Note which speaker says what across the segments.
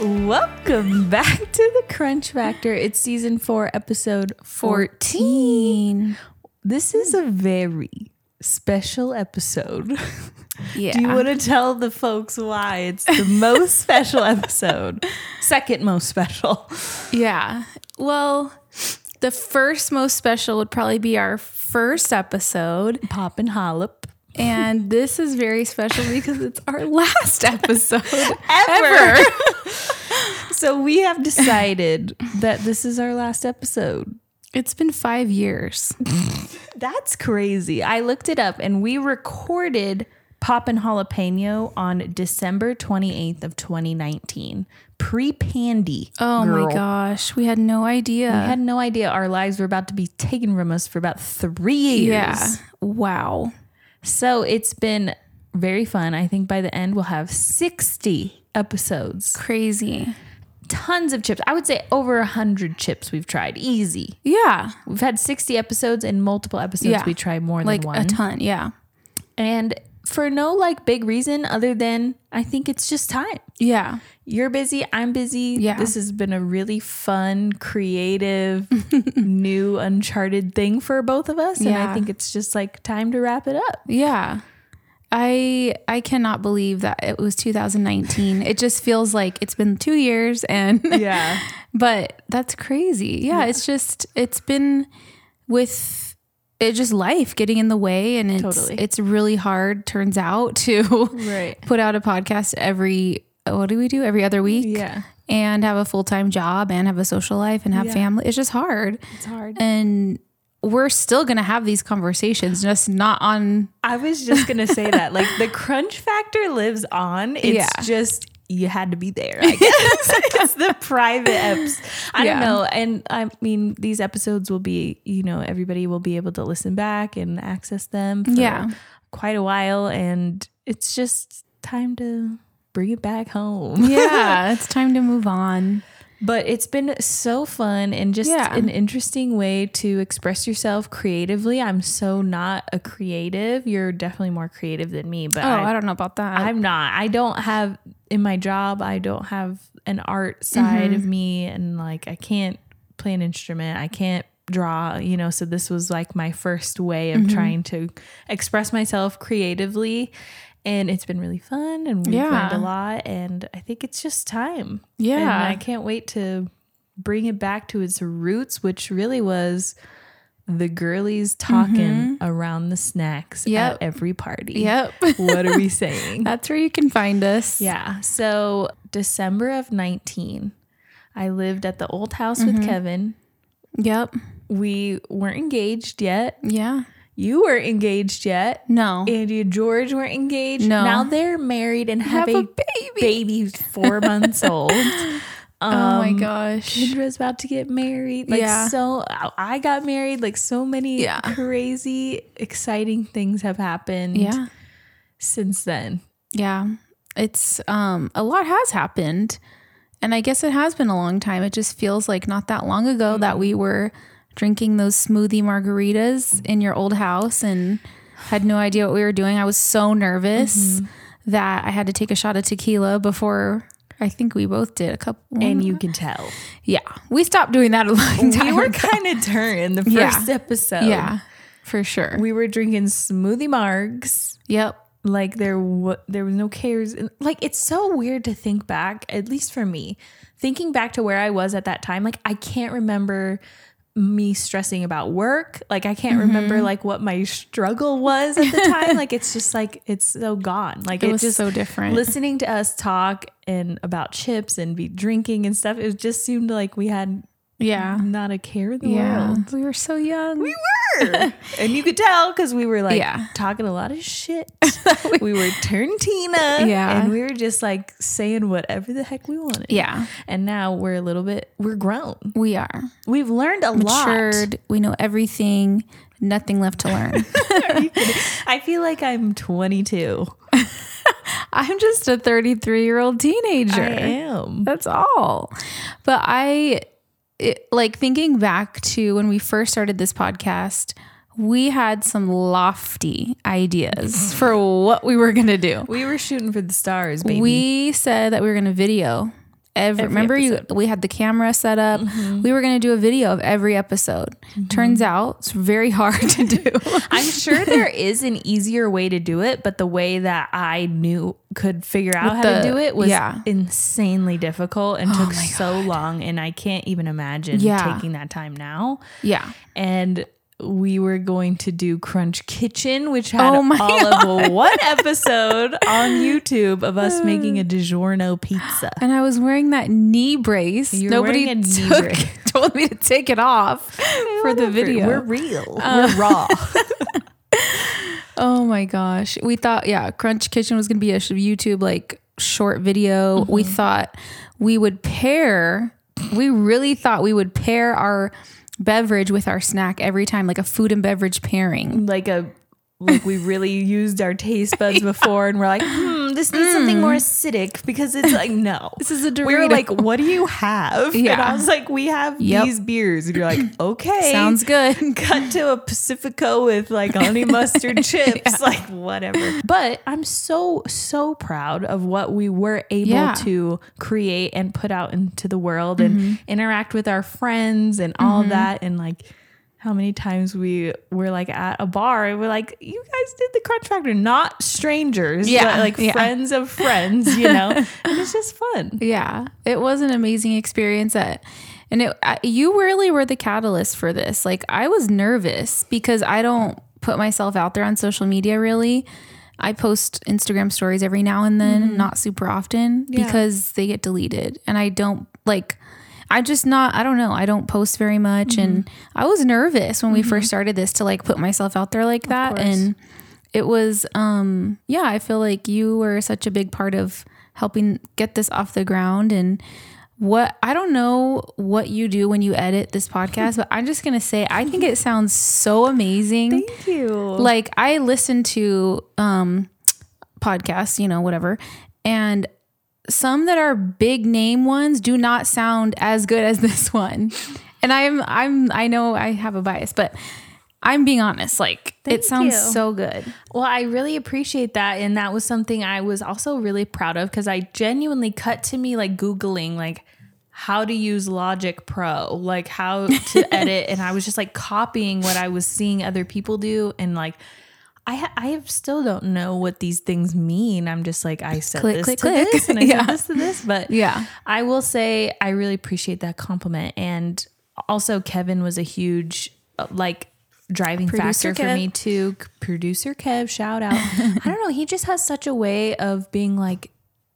Speaker 1: Welcome back to the Crunch Factor. It's season four, episode 14. This is a very special episode.
Speaker 2: Yeah.
Speaker 1: Do you want to tell the folks why it's the most special episode? Second most special.
Speaker 2: yeah. Well, the first most special would probably be our first episode.
Speaker 1: Pop and Hollop.
Speaker 2: And this is very special because it's our last episode
Speaker 1: Ever.
Speaker 2: ever.
Speaker 1: So we have decided that this is our last episode.
Speaker 2: It's been five years.
Speaker 1: That's crazy. I looked it up and we recorded Pop and Jalapeno on December 28th of 2019. Pre-pandy.
Speaker 2: Oh
Speaker 1: girl.
Speaker 2: my gosh. We had no idea.
Speaker 1: I had no idea our lives were about to be taken from us for about three years.
Speaker 2: yeah. Wow.
Speaker 1: So it's been very fun. I think by the end we'll have 60 episodes.
Speaker 2: Crazy.
Speaker 1: Tons of chips. I would say over 100 chips we've tried. Easy.
Speaker 2: Yeah.
Speaker 1: We've had 60 episodes and multiple episodes
Speaker 2: Yeah.
Speaker 1: we tried more
Speaker 2: Like
Speaker 1: than one.
Speaker 2: a ton. Yeah.
Speaker 1: and for no like big reason other than I think it's just time.
Speaker 2: Yeah.
Speaker 1: You're busy, I'm busy.
Speaker 2: Yeah.
Speaker 1: This has been a really fun, creative, new uncharted thing for both of us and I
Speaker 2: Yeah.
Speaker 1: think it's just like time to wrap it up.
Speaker 2: Yeah. I I cannot believe that it was 2019. it just feels like it's been 2 years and
Speaker 1: Yeah.
Speaker 2: but that's crazy. Yeah, it's just it's been with it just life getting in the way and it's
Speaker 1: Totally.
Speaker 2: it's really hard turns out to
Speaker 1: right.
Speaker 2: put out a podcast every what do we do every other week
Speaker 1: Yeah.
Speaker 2: and have a full-time job and have a social life and have
Speaker 1: Yeah.
Speaker 2: family. It's just hard.
Speaker 1: It's hard.
Speaker 2: And we're still going to have these conversations just not on
Speaker 1: I was just gonna say that. Like the crunch factor lives on. It's
Speaker 2: Yeah.
Speaker 1: just you had to be there. I guess it's the private eps. I
Speaker 2: Yeah.
Speaker 1: don't know. And I mean, these episodes will be, you know, everybody will be able to listen back and access them. For
Speaker 2: Yeah.
Speaker 1: quite a while, and it's just time to bring it back home.
Speaker 2: yeah, it's time to move on.
Speaker 1: But it's been so fun and just
Speaker 2: Yeah.
Speaker 1: an interesting way to express yourself creatively. I'm so not a creative. You're definitely more creative than me, but
Speaker 2: Oh,
Speaker 1: I,
Speaker 2: I, don't know about that.
Speaker 1: I'm not. I don't have in my job, I don't have an art side
Speaker 2: Mm-hmm.
Speaker 1: of me and like I can't play an instrument. I can't draw, you know, so this was like my first way of
Speaker 2: Mm-hmm.
Speaker 1: trying to express myself creatively and it's been really fun and we've learned
Speaker 2: Yeah.
Speaker 1: a lot and I think it's just time. And
Speaker 2: yeah,
Speaker 1: I can't wait to bring it back to its roots, which really was the girlies talking around the snacks
Speaker 2: Mm-hmm. Yep.
Speaker 1: at every party
Speaker 2: yep.
Speaker 1: what are we saying?
Speaker 2: That's where you can find us.
Speaker 1: yeah. So December of 19, I lived at the old house
Speaker 2: Mm-hmm.
Speaker 1: with Kevin.
Speaker 2: Yep.
Speaker 1: We weren't engaged yet.
Speaker 2: Yeah.
Speaker 1: You weren't engaged yet.
Speaker 2: No.
Speaker 1: Andy and George weren't engaged.
Speaker 2: No.
Speaker 1: Now they're married and have,
Speaker 2: Have
Speaker 1: a,
Speaker 2: a
Speaker 1: baby. who's four months old.
Speaker 2: oh
Speaker 1: um,
Speaker 2: my gosh.
Speaker 1: Kendra's about to get married. Like
Speaker 2: Yeah.
Speaker 1: so I got married. Like so many
Speaker 2: Yeah.
Speaker 1: crazy, exciting things have happened
Speaker 2: Yeah.
Speaker 1: since then.
Speaker 2: Yeah. It's um a lot has happened. And I guess it has been a long time. It just feels like not that long ago
Speaker 1: Mm.
Speaker 2: that we were drinking those smoothie margaritas in your old house and had no idea what we were doing. I was so nervous
Speaker 1: Mm-hmm.
Speaker 2: that I had to take a shot of tequila before I think we both did a couple.
Speaker 1: And you can tell.
Speaker 2: yeah. We stopped doing that a long time.
Speaker 1: we were kind of turned the
Speaker 2: Yeah.
Speaker 1: first episode.
Speaker 2: yeah. For sure.
Speaker 1: We were drinking smoothie margs.
Speaker 2: yep.
Speaker 1: Like there wa there was no cares. And, Like it's so weird to think back, at least for me, thinking back to where I was at that time, like I can't remember me stressing about work. Like I can't
Speaker 2: Mm-hmm.
Speaker 1: remember like what my struggle was at the time. like it's just like it's so gone. Like
Speaker 2: It, was
Speaker 1: just
Speaker 2: so different.
Speaker 1: listening to us talk and about chips and be drinking and stuff. It just seemed like we had
Speaker 2: yeah.
Speaker 1: not a care in the
Speaker 2: Yeah.
Speaker 1: world.
Speaker 2: We were so young.
Speaker 1: We were. and you could tell because we were like
Speaker 2: Yeah.
Speaker 1: talking a lot of shit. we were Turntina.
Speaker 2: Yeah.
Speaker 1: And we were just like saying whatever the heck we wanted.
Speaker 2: yeah.
Speaker 1: And now we're a little bit, we're grown.
Speaker 2: We are.
Speaker 1: We've learned a lot.
Speaker 2: matured. We know everything. Nothing left to learn.
Speaker 1: I feel like I'm 22.
Speaker 2: I'm just a 33 year old teenager.
Speaker 1: I am.
Speaker 2: That's all. But I it, like thinking back to when we first started this podcast, we had some lofty ideas for what we were going to do.
Speaker 1: We were shooting for the stars, baby.
Speaker 2: We said that we were going to video every, remember you we had the camera set up.
Speaker 1: Mm-hmm.
Speaker 2: We were going to do a video of every episode. Turns out it's very hard to do.
Speaker 1: I'm sure there is an easier way to do it, but the way that I knew could figure out how to
Speaker 2: the-
Speaker 1: do it was
Speaker 2: yeah. Oh
Speaker 1: insanely difficult and took so long. And I can't even imagine
Speaker 2: Yeah.
Speaker 1: taking that time now.
Speaker 2: yeah.
Speaker 1: And we were going to do Crunch Kitchen, which had
Speaker 2: Oh my
Speaker 1: all of one episode on YouTube of us making a DiGiorno pizza.
Speaker 2: And I was wearing that knee brace.
Speaker 1: You're
Speaker 2: Nobody
Speaker 1: wearing a knee
Speaker 2: took,
Speaker 1: brace.
Speaker 2: told me to take it off for the video.
Speaker 1: We're real. We're raw.
Speaker 2: Oh my gosh. We thought, yeah, Crunch Kitchen was going to be a sh- YouTube like short video. We thought we would pair, we really thought we would pair our beverage with our snack every time, like a food and beverage pairing.
Speaker 1: like a like we really used our taste buds before and we're like, hmm, this needs something more acidic because it's like no.
Speaker 2: This is a Dorito.
Speaker 1: We were like, what do you have? And I
Speaker 2: Yeah.
Speaker 1: was like, we have
Speaker 2: Yep.
Speaker 1: these beers. And you're like, okay.
Speaker 2: sounds good.
Speaker 1: cut to a Pacifico with like honey mustard chips, like whatever. But I'm so, so proud of what we were able
Speaker 2: Yeah. Mm-hmm.
Speaker 1: to create and put out into the world and interact with our friends and all that. And like, how many times we were like at a bar and we're like, you guys did the Crunch Factor, not strangers,
Speaker 2: Yeah,
Speaker 1: but like
Speaker 2: yeah.
Speaker 1: friends of friends, you know? and it's just fun.
Speaker 2: Yeah, it was an amazing experience. That, and it, I, you really were the catalyst for this. Like, I was nervous because I don't put myself out there on social media really. I post Instagram stories every now and then, not super often because they get deleted. And I don't like, I'm just not, I don't know, I don't post very much. And I was nervous when we first started this to like put myself out there like that.
Speaker 1: course.
Speaker 2: And it was um yeah i feel like you were such a big part of helping get this off the ground and what i don't know what you do when you edit this podcast but i'm just gonna say i think it sounds so amazing
Speaker 1: Thank you.
Speaker 2: like i listen to um podcasts you know whatever and some that are big name ones do not sound as good as this one and i'm i'm i know i have a bias but i'm being honest like
Speaker 1: Thank
Speaker 2: it sounds
Speaker 1: you.
Speaker 2: so good
Speaker 1: Well, I really appreciate that. And that was something I was also really proud of because I genuinely cut to me like Googling, like, how to use Logic Pro, like how to edit. And I was just like copying what I was seeing other people do. And like, I, ha- I have- still don't know what these things mean. I'm just like, I said
Speaker 2: Click,
Speaker 1: this
Speaker 2: click,
Speaker 1: to
Speaker 2: click.
Speaker 1: this and I said
Speaker 2: Yeah.
Speaker 1: this to this. But
Speaker 2: Yeah.
Speaker 1: I will say I really appreciate that compliment. And also, Kevin was a huge, uh, like, driving
Speaker 2: Producer
Speaker 1: factor for
Speaker 2: Kev.
Speaker 1: me too. C- Producer Kev, shout out. I don't know. He just has such a way of being like,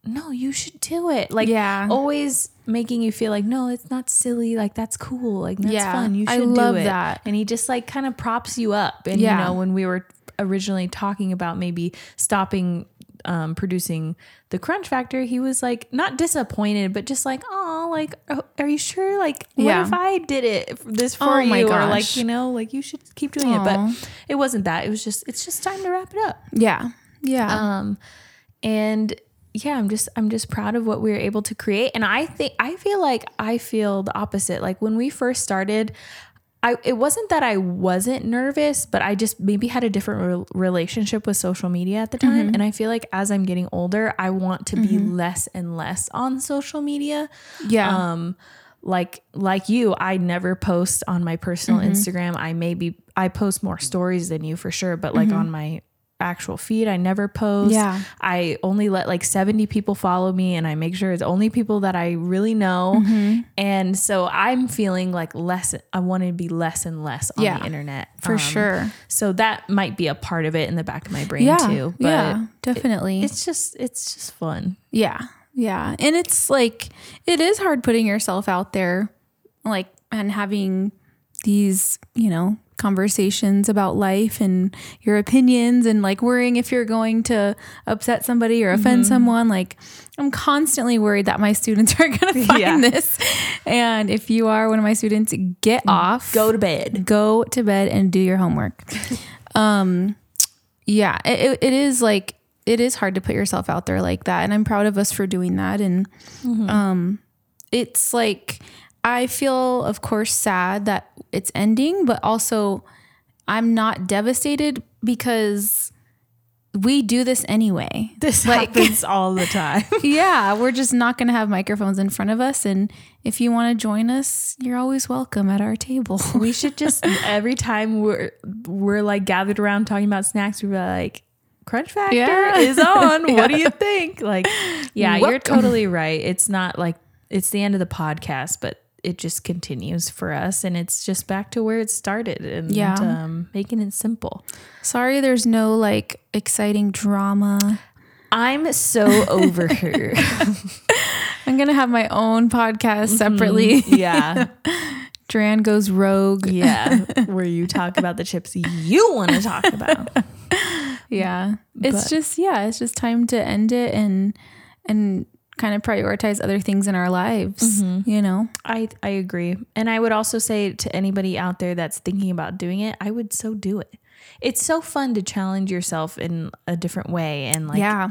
Speaker 1: no, you should do it. Like,
Speaker 2: Yeah.
Speaker 1: always making you feel like, no, it's not silly. Like, that's cool. Like, that's
Speaker 2: Yeah.
Speaker 1: fun. You should
Speaker 2: I love
Speaker 1: do it.
Speaker 2: that.
Speaker 1: And he just like kind of props you up. And, you
Speaker 2: Yeah.
Speaker 1: know, when we were originally talking about maybe stopping um, producing the Crunch Factor, he was like not disappointed, but just like, oh, like, oh, are you sure? Like, what
Speaker 2: Yeah.
Speaker 1: if I did it f- this for
Speaker 2: Oh
Speaker 1: you?
Speaker 2: my
Speaker 1: Or like,
Speaker 2: gosh.
Speaker 1: you know, like you should keep doing it.
Speaker 2: Aw.
Speaker 1: But it wasn't that. It was just, it's just time to wrap it up.
Speaker 2: Yeah. Yeah.
Speaker 1: Um, and yeah, I'm just I'm just proud of what we were able to create. And I think I feel like I feel the opposite. Like when we first started, I it wasn't that I wasn't nervous, but I just maybe had a different re- relationship with social media at the
Speaker 2: Mm-hmm.
Speaker 1: time. And I feel like as I'm getting older, I want to be less and less on social media
Speaker 2: yeah.
Speaker 1: um like like you i never post on my personal instagram i maybe i post more stories than you for sure but like on my actual feed i never post
Speaker 2: Yeah.
Speaker 1: i only let like 70 people follow me and i make sure it's only people that i really know and so i'm feeling like less i want to be less and less on
Speaker 2: Yeah.
Speaker 1: the internet
Speaker 2: for
Speaker 1: Um,
Speaker 2: sure.
Speaker 1: so that might be a part of it in the back of my brain
Speaker 2: Yeah.
Speaker 1: too but
Speaker 2: yeah. Definitely.
Speaker 1: it's just it's just fun
Speaker 2: yeah. Yeah. And it's like it is hard putting yourself out there like and having these, you know, conversations about life and your opinions and like worrying if you're going to upset somebody or offend
Speaker 1: Mm-hmm.
Speaker 2: someone like I'm constantly worried that my students are going to find
Speaker 1: Yeah.
Speaker 2: this. And if you are one of my students, get off.
Speaker 1: Mm. go to bed
Speaker 2: go to bed and do your homework. um, yeah, it, it- it is like it is hard to put yourself out there like that, and I'm proud of us for doing that. And um, it's like I feel, of course, sad that it's ending, but also I'm not devastated because we do this anyway.
Speaker 1: This
Speaker 2: Like-
Speaker 1: happens all the time.
Speaker 2: yeah, we're just not going to have microphones in front of us. And if you want to join us, you're always welcome at our table.
Speaker 1: we should just every time we're we're like gathered around talking about snacks, we're like, Crunch Factor
Speaker 2: Yeah.
Speaker 1: is on. What do you think? Like, yeah, you're
Speaker 2: Welcome.
Speaker 1: totally right. It's not like it's the end of the podcast, but it just continues for us, and it's just back to where it started, and
Speaker 2: Yeah.
Speaker 1: um, making it simple.
Speaker 2: Sorry, there's no like exciting drama.
Speaker 1: I'm so over her.
Speaker 2: I'm going to have my own podcast separately.
Speaker 1: yeah,
Speaker 2: Duran goes rogue.
Speaker 1: yeah, where you talk about the chips you want to talk about.
Speaker 2: Yeah. It's
Speaker 1: But-
Speaker 2: just yeah, it's just time to end it and and kind of prioritize other things in our lives, you know.
Speaker 1: I I agree. And I would also say to anybody out there that's thinking about doing it, I would so do it. It's so fun to challenge yourself in a different way and like
Speaker 2: yeah.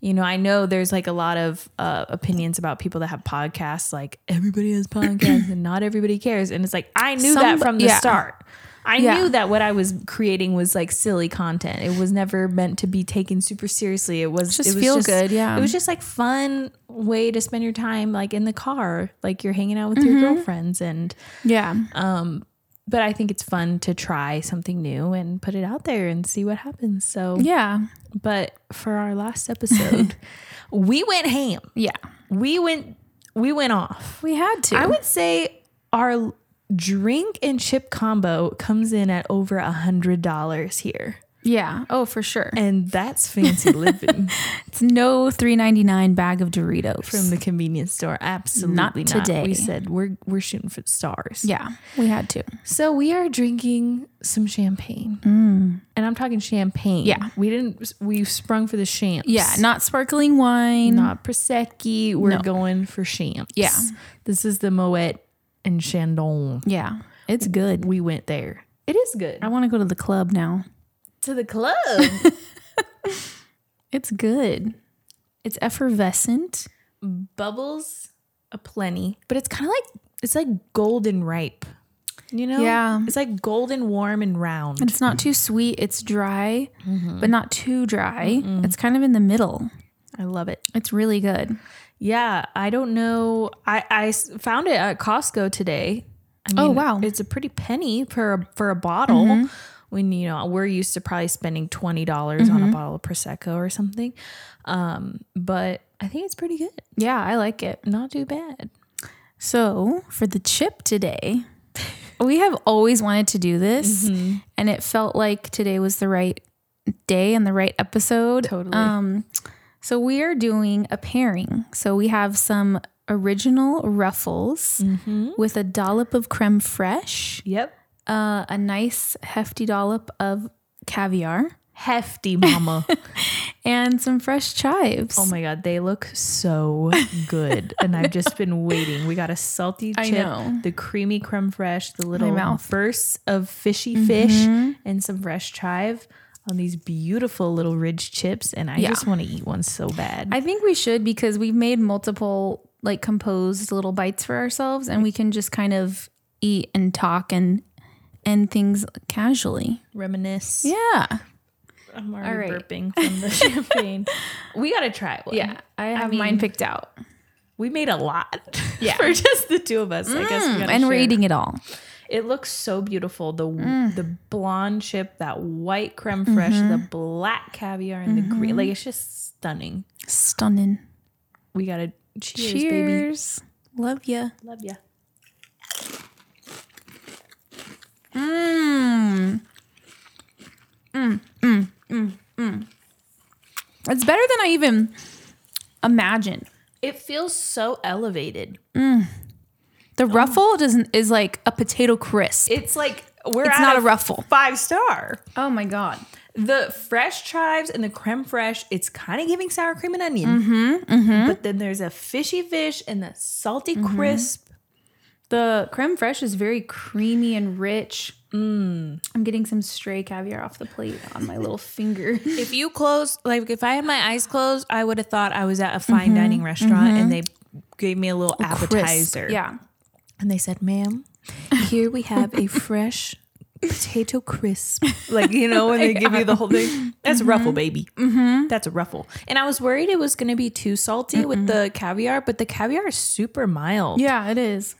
Speaker 1: you know, I know there's like a lot of uh, opinions about people that have podcasts like everybody has podcasts and not everybody cares and it's like I knew that
Speaker 2: Some-
Speaker 1: from the
Speaker 2: yeah.
Speaker 1: start. I
Speaker 2: Yeah.
Speaker 1: knew that what I was creating was like silly content. It was never meant to be taken super seriously. It was
Speaker 2: Just
Speaker 1: it was
Speaker 2: feel good, yeah.
Speaker 1: It was just like fun way to spend your time like in the car, like you're hanging out with your
Speaker 2: Mm-hmm.
Speaker 1: girlfriends and
Speaker 2: Yeah.
Speaker 1: but I think it's fun to try something new and put it out there and see what happens. So,
Speaker 2: yeah.
Speaker 1: but for our last episode, we went ham.
Speaker 2: Yeah.
Speaker 1: We went we went off.
Speaker 2: We had to.
Speaker 1: I would say our drink and chip combo comes in at over a hundred dollars here,
Speaker 2: yeah. Oh, for sure.
Speaker 1: and that's fancy living
Speaker 2: It's no 3.99 bag of Doritos.
Speaker 1: from the convenience store. Absolutely not,
Speaker 2: today.
Speaker 1: We said we're we're shooting for the stars.
Speaker 2: yeah, we had to.
Speaker 1: So we are drinking some champagne, and I'm talking champagne.
Speaker 2: Mm. Yeah.
Speaker 1: we didn't. We sprung for the champs.
Speaker 2: Yeah, not sparkling wine.
Speaker 1: not prosecco. We're going for champs.
Speaker 2: Yeah.
Speaker 1: this is the Moet and Chandon.
Speaker 2: yeah. It's good.
Speaker 1: We went there. It is good
Speaker 2: I want to go to the club now.
Speaker 1: to the club.
Speaker 2: It's good. It's effervescent.
Speaker 1: Bubbles aplenty, but it's kind of like it's like golden ripe. You know,
Speaker 2: Yeah.
Speaker 1: it's like golden warm and round.
Speaker 2: It's not too sweet. It's dry, but not too dry. It's kind of in the middle.
Speaker 1: I love it.
Speaker 2: It's really good.
Speaker 1: Yeah, I don't know. I, I s- found it at Costco today. I mean,
Speaker 2: Oh, wow. Mm-hmm.
Speaker 1: It's a pretty penny for a, for a bottle. When you know we're used to probably spending twenty dollars
Speaker 2: Mm-hmm.
Speaker 1: on a bottle of prosecco or something, um, but I think it's pretty good.
Speaker 2: Yeah, I like it.
Speaker 1: Not too bad.
Speaker 2: So, for the chip today, we have always wanted to do this, and it felt like today was the right day and the right episode.
Speaker 1: Totally.
Speaker 2: Um, so, we are doing a pairing. So, we have some original ruffles with a dollop of creme fraiche,
Speaker 1: Yep.
Speaker 2: uh, a nice hefty dollop of caviar,
Speaker 1: Hefty, mama.
Speaker 2: and some fresh chives.
Speaker 1: oh my god, they look so good, and I've just been waiting. We got a salty chip,
Speaker 2: I know.
Speaker 1: the creamy creme fraiche, the little
Speaker 2: mouth. Mm-hmm.
Speaker 1: bursts of fishy fish, and some fresh chive on these beautiful little ridge chips. And I just want to eat one so bad.
Speaker 2: I think we should because we've made multiple like composed little bites for ourselves and we can just kind of eat and talk and end things casually.
Speaker 1: Reminisce.
Speaker 2: Yeah.
Speaker 1: I'm already
Speaker 2: All right.
Speaker 1: burping from the champagne. We gotta try one.
Speaker 2: I hmm, have mine picked out.
Speaker 1: we made a lot.
Speaker 2: Yeah. Mm,
Speaker 1: for just the two of us. I guess we gotta
Speaker 2: And we're
Speaker 1: share.
Speaker 2: eating it all.
Speaker 1: It looks so beautiful. The
Speaker 2: Mm.
Speaker 1: the blonde chip, that white creme fraiche, the
Speaker 2: Mm-hmm.
Speaker 1: black caviar, and the green. Like it's just stunning.
Speaker 2: Stunning.
Speaker 1: We gotta cheers,
Speaker 2: Cheers.
Speaker 1: baby.
Speaker 2: Love ya.
Speaker 1: Love ya.
Speaker 2: It's better than I even imagined.
Speaker 1: It feels so elevated.
Speaker 2: The ruffle doesn't is like a potato crisp.
Speaker 1: It's like we're
Speaker 2: It's
Speaker 1: at
Speaker 2: not a ruffle.
Speaker 1: Five star.
Speaker 2: Oh my god.
Speaker 1: The fresh chives and the creme fraiche. It's kind of giving sour cream and onion.
Speaker 2: Mm-hmm,
Speaker 1: But then there's a fishy fish and the salty
Speaker 2: Mm-hmm.
Speaker 1: crisp.
Speaker 2: The creme fraiche is very creamy and rich.
Speaker 1: Mm.
Speaker 2: I'm getting some stray caviar off the plate on my little finger.
Speaker 1: If you close, like if I had my eyes closed, I would have thought I was at a fine dining restaurant and they gave me a little appetizer.
Speaker 2: Yeah.
Speaker 1: And they said, ma'am, here we have a fresh potato crisp. Like, you know, when they give you the whole thing. That's a ruffle, baby. Mm-hmm. That's a ruffle. And I was worried it was going to be too salty with the caviar, but the caviar is super mild.
Speaker 2: Yeah, it is.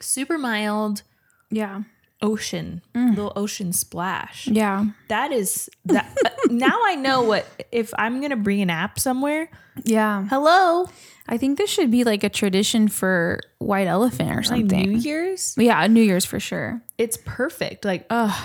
Speaker 1: Super mild
Speaker 2: Yeah.
Speaker 1: ocean, little ocean splash.
Speaker 2: Yeah.
Speaker 1: That is that. uh, now I know what, if I'm going to bring an app somewhere,
Speaker 2: Yeah.
Speaker 1: hello,
Speaker 2: I think this should be like a tradition for White Elephant or
Speaker 1: like
Speaker 2: something.
Speaker 1: New Year's,
Speaker 2: yeah, New Year's for sure.
Speaker 1: it's perfect. Like, Yeah,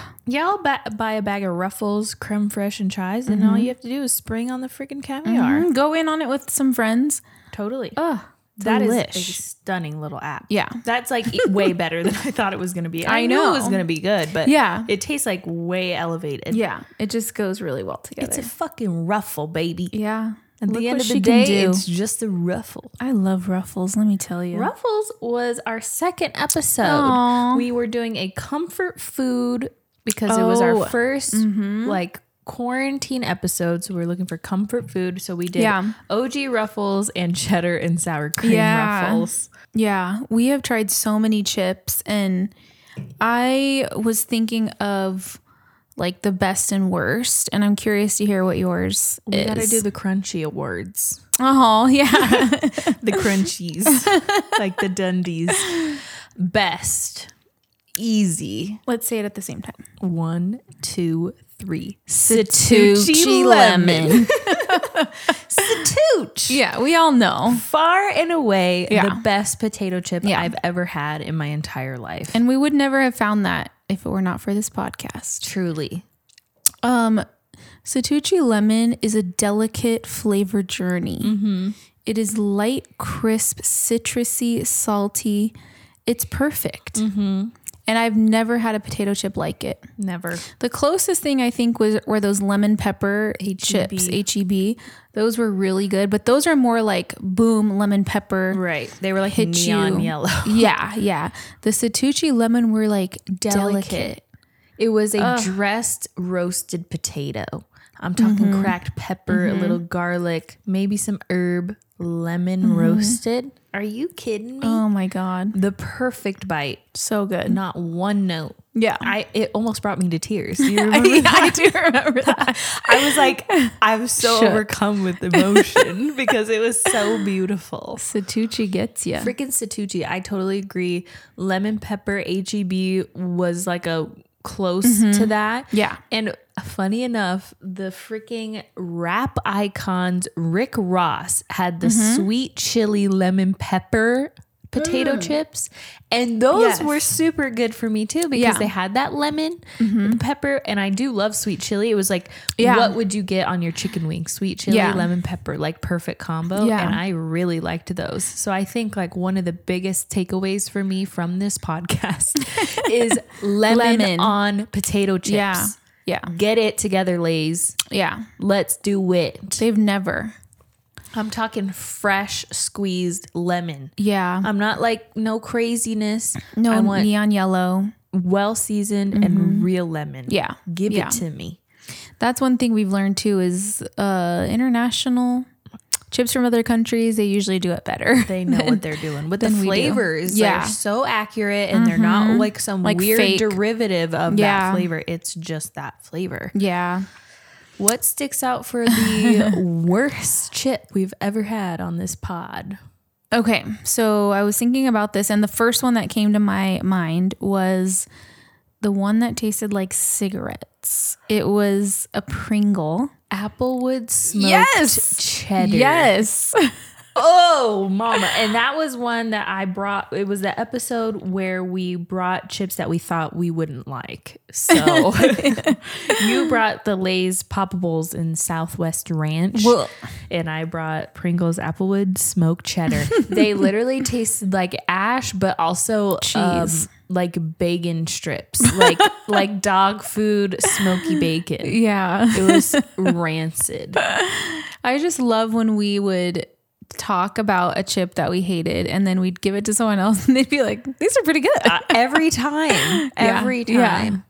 Speaker 1: I'll ba- buy a bag of Ruffles, creme fraiche, and chives, and all you have to do is spring on the freaking caviar.
Speaker 2: Mm, Go in on it with some friends.
Speaker 1: Totally.
Speaker 2: Ugh.
Speaker 1: that is a
Speaker 2: delish.
Speaker 1: stunning little app.
Speaker 2: Yeah.
Speaker 1: That's like e- way better than I thought it was going to be. I,
Speaker 2: I
Speaker 1: knew it
Speaker 2: know.
Speaker 1: was going to be good, but
Speaker 2: Yeah.
Speaker 1: it tastes like way elevated.
Speaker 2: Yeah. It just goes really well together.
Speaker 1: It's a fucking ruffle, baby.
Speaker 2: yeah.
Speaker 1: At
Speaker 2: Look
Speaker 1: the end
Speaker 2: what
Speaker 1: of the
Speaker 2: she can
Speaker 1: day,
Speaker 2: do.
Speaker 1: it's just a ruffle.
Speaker 2: I love ruffles, let me tell you.
Speaker 1: Ruffles was our second episode.
Speaker 2: Aw.
Speaker 1: We were doing a comfort food because it was our
Speaker 2: Oh.
Speaker 1: 1st like quarantine episode. So we are looking for comfort food. So we did
Speaker 2: Yeah.
Speaker 1: OG ruffles and cheddar and sour cream
Speaker 2: Yeah.
Speaker 1: ruffles.
Speaker 2: Yeah, we have tried so many chips, and I was thinking of like the best and worst, and I'm curious to hear what yours
Speaker 1: We
Speaker 2: is.
Speaker 1: gotta do the crunchy awards.
Speaker 2: oh yeah,
Speaker 1: The crunchies. like the Dundies. Best. Easy.
Speaker 2: let's say it at the same time.
Speaker 1: One, two, three.
Speaker 2: Satucci lemon.
Speaker 1: Satooch.
Speaker 2: yeah, we all know,
Speaker 1: far and away
Speaker 2: Yeah.
Speaker 1: the best potato chip
Speaker 2: Yeah.
Speaker 1: I've ever had in my entire life.
Speaker 2: and we would never have found that if it were not for this podcast.
Speaker 1: truly.
Speaker 2: Um, Satucci lemon is a delicate flavor journey. It is light, crisp, citrusy, salty. It's perfect. And I've never had a potato chip like it.
Speaker 1: Never.
Speaker 2: The closest thing I think was were those lemon pepper
Speaker 1: E
Speaker 2: chips, HEB. Those were really good, but those are more like boom lemon pepper.
Speaker 1: Right. They were like
Speaker 2: Hit
Speaker 1: neon
Speaker 2: you.
Speaker 1: yellow.
Speaker 2: Yeah, yeah. The Satucci lemon were like delicate.
Speaker 1: It was a dressed roasted potato. I'm talking
Speaker 2: Mm-hmm.
Speaker 1: cracked pepper, a little garlic, maybe some herb, lemon
Speaker 2: Mm-hmm.
Speaker 1: roasted. Are you kidding me?
Speaker 2: Oh my god,
Speaker 1: the perfect bite.
Speaker 2: so good.
Speaker 1: Not one note.
Speaker 2: Yeah.
Speaker 1: I it almost brought me to tears. Do you remember
Speaker 2: I do remember that.
Speaker 1: I was like, I'm so
Speaker 2: Shook.
Speaker 1: overcome with emotion because it was so beautiful.
Speaker 2: Satucci gets you.
Speaker 1: Freaking Satucci, I totally agree. Lemon pepper HEB was like a close to that.
Speaker 2: Mm-hmm. Yeah.
Speaker 1: And funny enough, the freaking rap icons Rick Ross had the
Speaker 2: Mm-hmm.
Speaker 1: sweet chili lemon pepper potato chips and those
Speaker 2: Mm. Yes.
Speaker 1: were super good for me too because
Speaker 2: Yeah. Mm-hmm.
Speaker 1: they had that lemon the pepper and I do love sweet chili it was like
Speaker 2: Yeah.
Speaker 1: what would you get on your chicken wing sweet chili
Speaker 2: Yeah.
Speaker 1: lemon pepper like perfect combo
Speaker 2: Yeah.
Speaker 1: and I really liked those so I think like one of the biggest takeaways for me from this podcast is lemon,
Speaker 2: Lemon.
Speaker 1: on potato chips
Speaker 2: Yeah. Yeah.
Speaker 1: Get it together, Lays.
Speaker 2: Yeah.
Speaker 1: Let's do it.
Speaker 2: They've never.
Speaker 1: I'm talking fresh squeezed lemon.
Speaker 2: Yeah.
Speaker 1: I'm not like no craziness.
Speaker 2: no
Speaker 1: Um, I want
Speaker 2: neon yellow.
Speaker 1: well seasoned and real lemon.
Speaker 2: Yeah.
Speaker 1: Give
Speaker 2: Yeah.
Speaker 1: it to me.
Speaker 2: That's one thing we've learned too is uh international chips from other countries, they usually do it better.
Speaker 1: They know what they're doing. With the
Speaker 2: than we do.
Speaker 1: flavors,
Speaker 2: Yeah. Mm-hmm.
Speaker 1: they're so accurate and they're not like some
Speaker 2: Like
Speaker 1: weird
Speaker 2: fake.
Speaker 1: derivative of that
Speaker 2: Yeah.
Speaker 1: flavor. It's just that flavor.
Speaker 2: yeah.
Speaker 1: What sticks out for the worst chip we've ever had on this pod?
Speaker 2: Okay. So I was thinking about this and the first one that came to my mind was the one that tasted like cigarettes. It was a Pringle.
Speaker 1: Applewood smoked
Speaker 2: Yes.
Speaker 1: cheddar.
Speaker 2: Yes.
Speaker 1: Oh, mama. And that was one that I brought. It was the episode where we brought chips that we thought we wouldn't like. So you brought the Lay's Poppables in Southwest Ranch.
Speaker 2: Well-
Speaker 1: and I brought Pringles Applewood smoked cheddar. they literally tasted like ash, but also
Speaker 2: Cheese.
Speaker 1: Um, like bacon strips, like like dog food, smoky bacon.
Speaker 2: yeah.
Speaker 1: It was rancid.
Speaker 2: I just love when we would talk about a chip that we hated and then we'd give it to someone else and they'd be like, these are pretty good.
Speaker 1: every time.
Speaker 2: Yeah.
Speaker 1: Every
Speaker 2: Yeah.
Speaker 1: time.
Speaker 2: But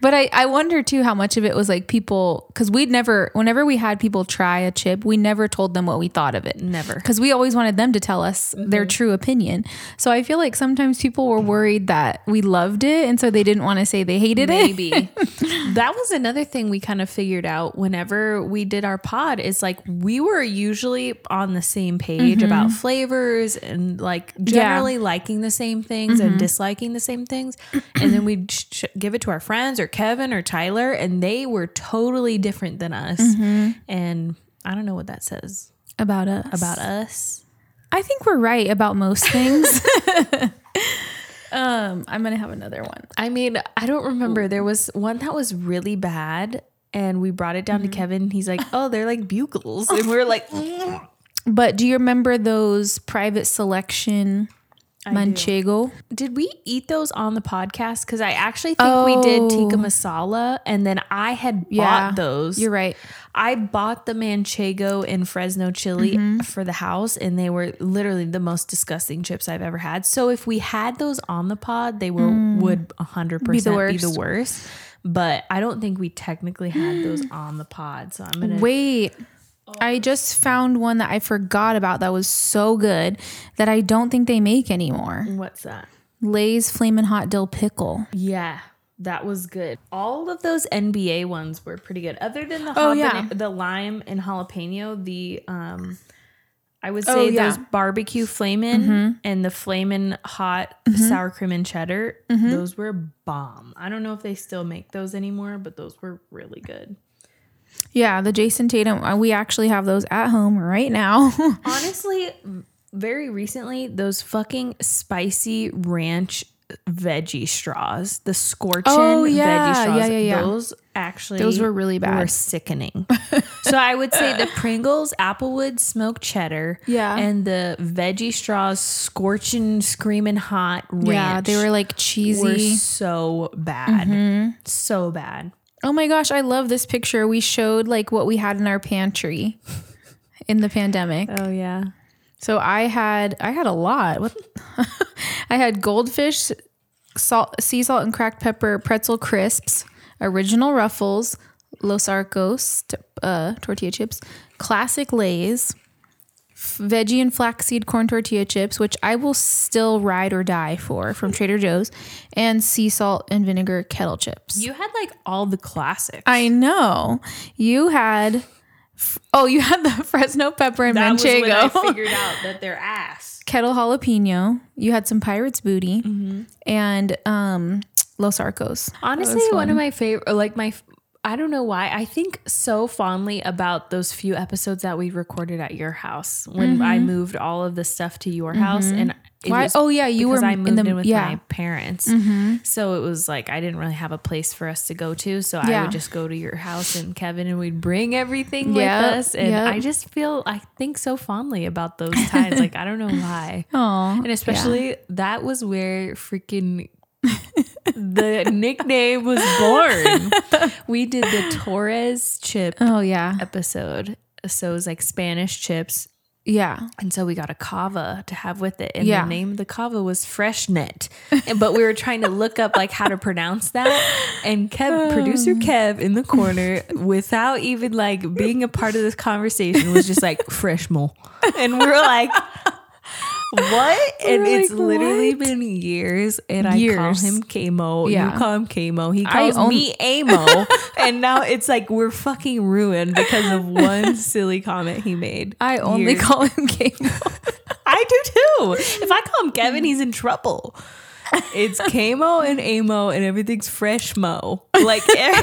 Speaker 2: But I, I wonder too how much of it was like people, because we'd never, whenever we had people try a chip, we never told them what we thought of it.
Speaker 1: Never.
Speaker 2: Because we always wanted them to tell us their true opinion. So I feel like sometimes people were worried that we loved it. And so they didn't want to say they hated it.
Speaker 1: Maybe. that was another thing we kind of figured out whenever we did our pod is like we were usually on the same page about flavors and like generally liking the same things and disliking the same things. and then we'd sh- sh- give it to our friends or Kevin or Tyler, and they were totally different than us. And I don't know what that says
Speaker 2: About us.
Speaker 1: about us.
Speaker 2: I think we're right about most things. um, I'm going to have another one.
Speaker 1: I mean, I don't remember. There was one that was really bad. And we brought it down to Kevin. He's like, "Oh, they're like bugles," and we were like,
Speaker 2: But do you remember those private selection manchego?
Speaker 1: Did we eat those on the podcast? Because I actually think we did tikka
Speaker 2: Oh.
Speaker 1: masala, and then I had
Speaker 2: Yeah,
Speaker 1: bought those.
Speaker 2: You're right.
Speaker 1: I bought the manchego and Fresno chili
Speaker 2: Mm-hmm.
Speaker 1: for the house, and they were literally the most disgusting chips I've ever had. So if we had those on the pod, they were would 100 percent be the
Speaker 2: Mm. worst.
Speaker 1: worst. But I don't think we technically had those on the pod, so I'm gonna.
Speaker 2: Wait. I just found one that I forgot about that was so good that I don't think they make anymore.
Speaker 1: What's that?
Speaker 2: Lay's Flamin' Hot Dill Pickle.
Speaker 1: Yeah, that was good. All of those NBA ones were pretty good. Other than the
Speaker 2: Oh,
Speaker 1: jalapeno,
Speaker 2: yeah.
Speaker 1: the lime and jalapeno, the um I would
Speaker 2: Oh,
Speaker 1: say
Speaker 2: yeah. Mm-hmm.
Speaker 1: those barbecue flamin' and the flamin' hot sour cream and cheddar.
Speaker 2: Mm-hmm.
Speaker 1: Those were bomb. I don't know if they still make those anymore, but those were really good.
Speaker 2: Yeah, the Jason Tatum. uh, We actually have those at home right now.
Speaker 1: Honestly, very recently, those fucking spicy ranch veggie straws, the scorching
Speaker 2: Oh, yeah.
Speaker 1: veggie straws,
Speaker 2: Yeah, yeah, yeah.
Speaker 1: those actually
Speaker 2: those were really
Speaker 1: were
Speaker 2: bad.
Speaker 1: sickening. so I would say the Pringles Applewood smoked cheddar,
Speaker 2: Yeah.
Speaker 1: and the veggie straws scorching, screaming hot ranch.
Speaker 2: Yeah, they were Mm-hmm. like
Speaker 1: were
Speaker 2: cheesy.
Speaker 1: so bad, so bad.
Speaker 2: Oh my gosh, I love this picture. We showed like what we had in our pantry in the pandemic.
Speaker 1: Oh yeah,
Speaker 2: So I had I had a lot. What I had goldfish, salt, sea salt and cracked pepper pretzel crisps, original Ruffles, Los Arcos t- uh, tortilla chips, classic Lay's, f- veggie and flaxseed corn tortilla chips, which I will still ride or die for from Trader Joe's, and sea salt and vinegar kettle chips.
Speaker 1: you had like all the classics.
Speaker 2: I know you had. f- Oh, you had the Fresno pepper and
Speaker 1: that was
Speaker 2: manchego
Speaker 1: when I figured out that they're ass.
Speaker 2: kettle jalapeno. You had some pirates booty
Speaker 1: Mm-hmm.
Speaker 2: and um, Los Arcos.
Speaker 1: Honestly, one of my favorite, like my, I don't know why, I think so fondly about those few episodes that we recorded at your house when I moved all of the stuff to your house and. It
Speaker 2: Mm-hmm. Why?
Speaker 1: was
Speaker 2: Oh yeah, you were
Speaker 1: because I moved in, with
Speaker 2: yeah. Mm-hmm.
Speaker 1: my parents. So it was like I didn't really have a place for us to go to. So I
Speaker 2: Yeah.
Speaker 1: would just go to your house and Kevin and we'd bring everything
Speaker 2: Yep,
Speaker 1: with us. And
Speaker 2: yep.
Speaker 1: I just feel I think so fondly about those times. like I don't know why.
Speaker 2: Aw,
Speaker 1: And especially that was where freaking the nickname was born. We did the Torres chip
Speaker 2: Oh yeah,
Speaker 1: episode. So it was like Spanish chips.
Speaker 2: yeah.
Speaker 1: And so we got a cava to have with it. And
Speaker 2: Yeah.
Speaker 1: the name of the cava was Freshnet. And- but we were trying to look up like how to pronounce that. And Kev,
Speaker 2: Uh.
Speaker 1: producer Kev in the corner, without even like being a part of this conversation, was just like Freshmo. And we were like, what? And
Speaker 2: were
Speaker 1: it's
Speaker 2: like,
Speaker 1: literally been years. And I call
Speaker 2: Years.
Speaker 1: him Kamo. You
Speaker 2: Yeah.
Speaker 1: call him Kamo. He
Speaker 2: I
Speaker 1: calls
Speaker 2: own-
Speaker 1: me Amo. and now it's like we're fucking ruined because of one silly comment he made.
Speaker 2: I only
Speaker 1: years
Speaker 2: call him Kamo.
Speaker 1: I do too. If I call him Kevin, he's in trouble. It's Kamo and Amo, and everything's fresh mo. Like eh,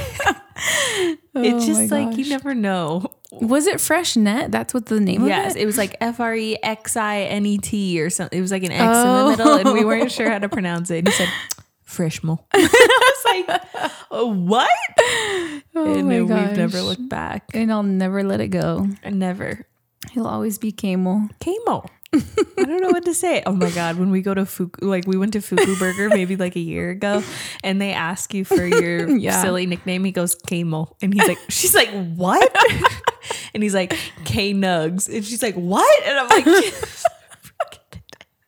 Speaker 1: it's
Speaker 2: Oh
Speaker 1: just
Speaker 2: my
Speaker 1: like you
Speaker 2: gosh.
Speaker 1: never know.
Speaker 2: Was it Fresh Net? That's what the name
Speaker 1: Yes,
Speaker 2: of it.
Speaker 1: it was like F R E X I N E T or something. It was like an X in the
Speaker 2: Oh.
Speaker 1: middle, and we weren't sure how to pronounce it. And he said fresh mo. I was like, "Uh, what?
Speaker 2: Oh
Speaker 1: and
Speaker 2: my
Speaker 1: we've never
Speaker 2: gosh.
Speaker 1: looked back.
Speaker 2: And I'll never let it go.
Speaker 1: Never.
Speaker 2: He'll always be Kamo.
Speaker 1: Kamo. I don't know what to say. Oh my god, when we go to Fuku, like we went to Fuku Burger maybe like a year ago, and they ask you for your
Speaker 2: Yeah.
Speaker 1: silly nickname, he goes Kamo, and he's like, she's like, what? and he's like, K Nugs, and she's like, what? And I'm like, like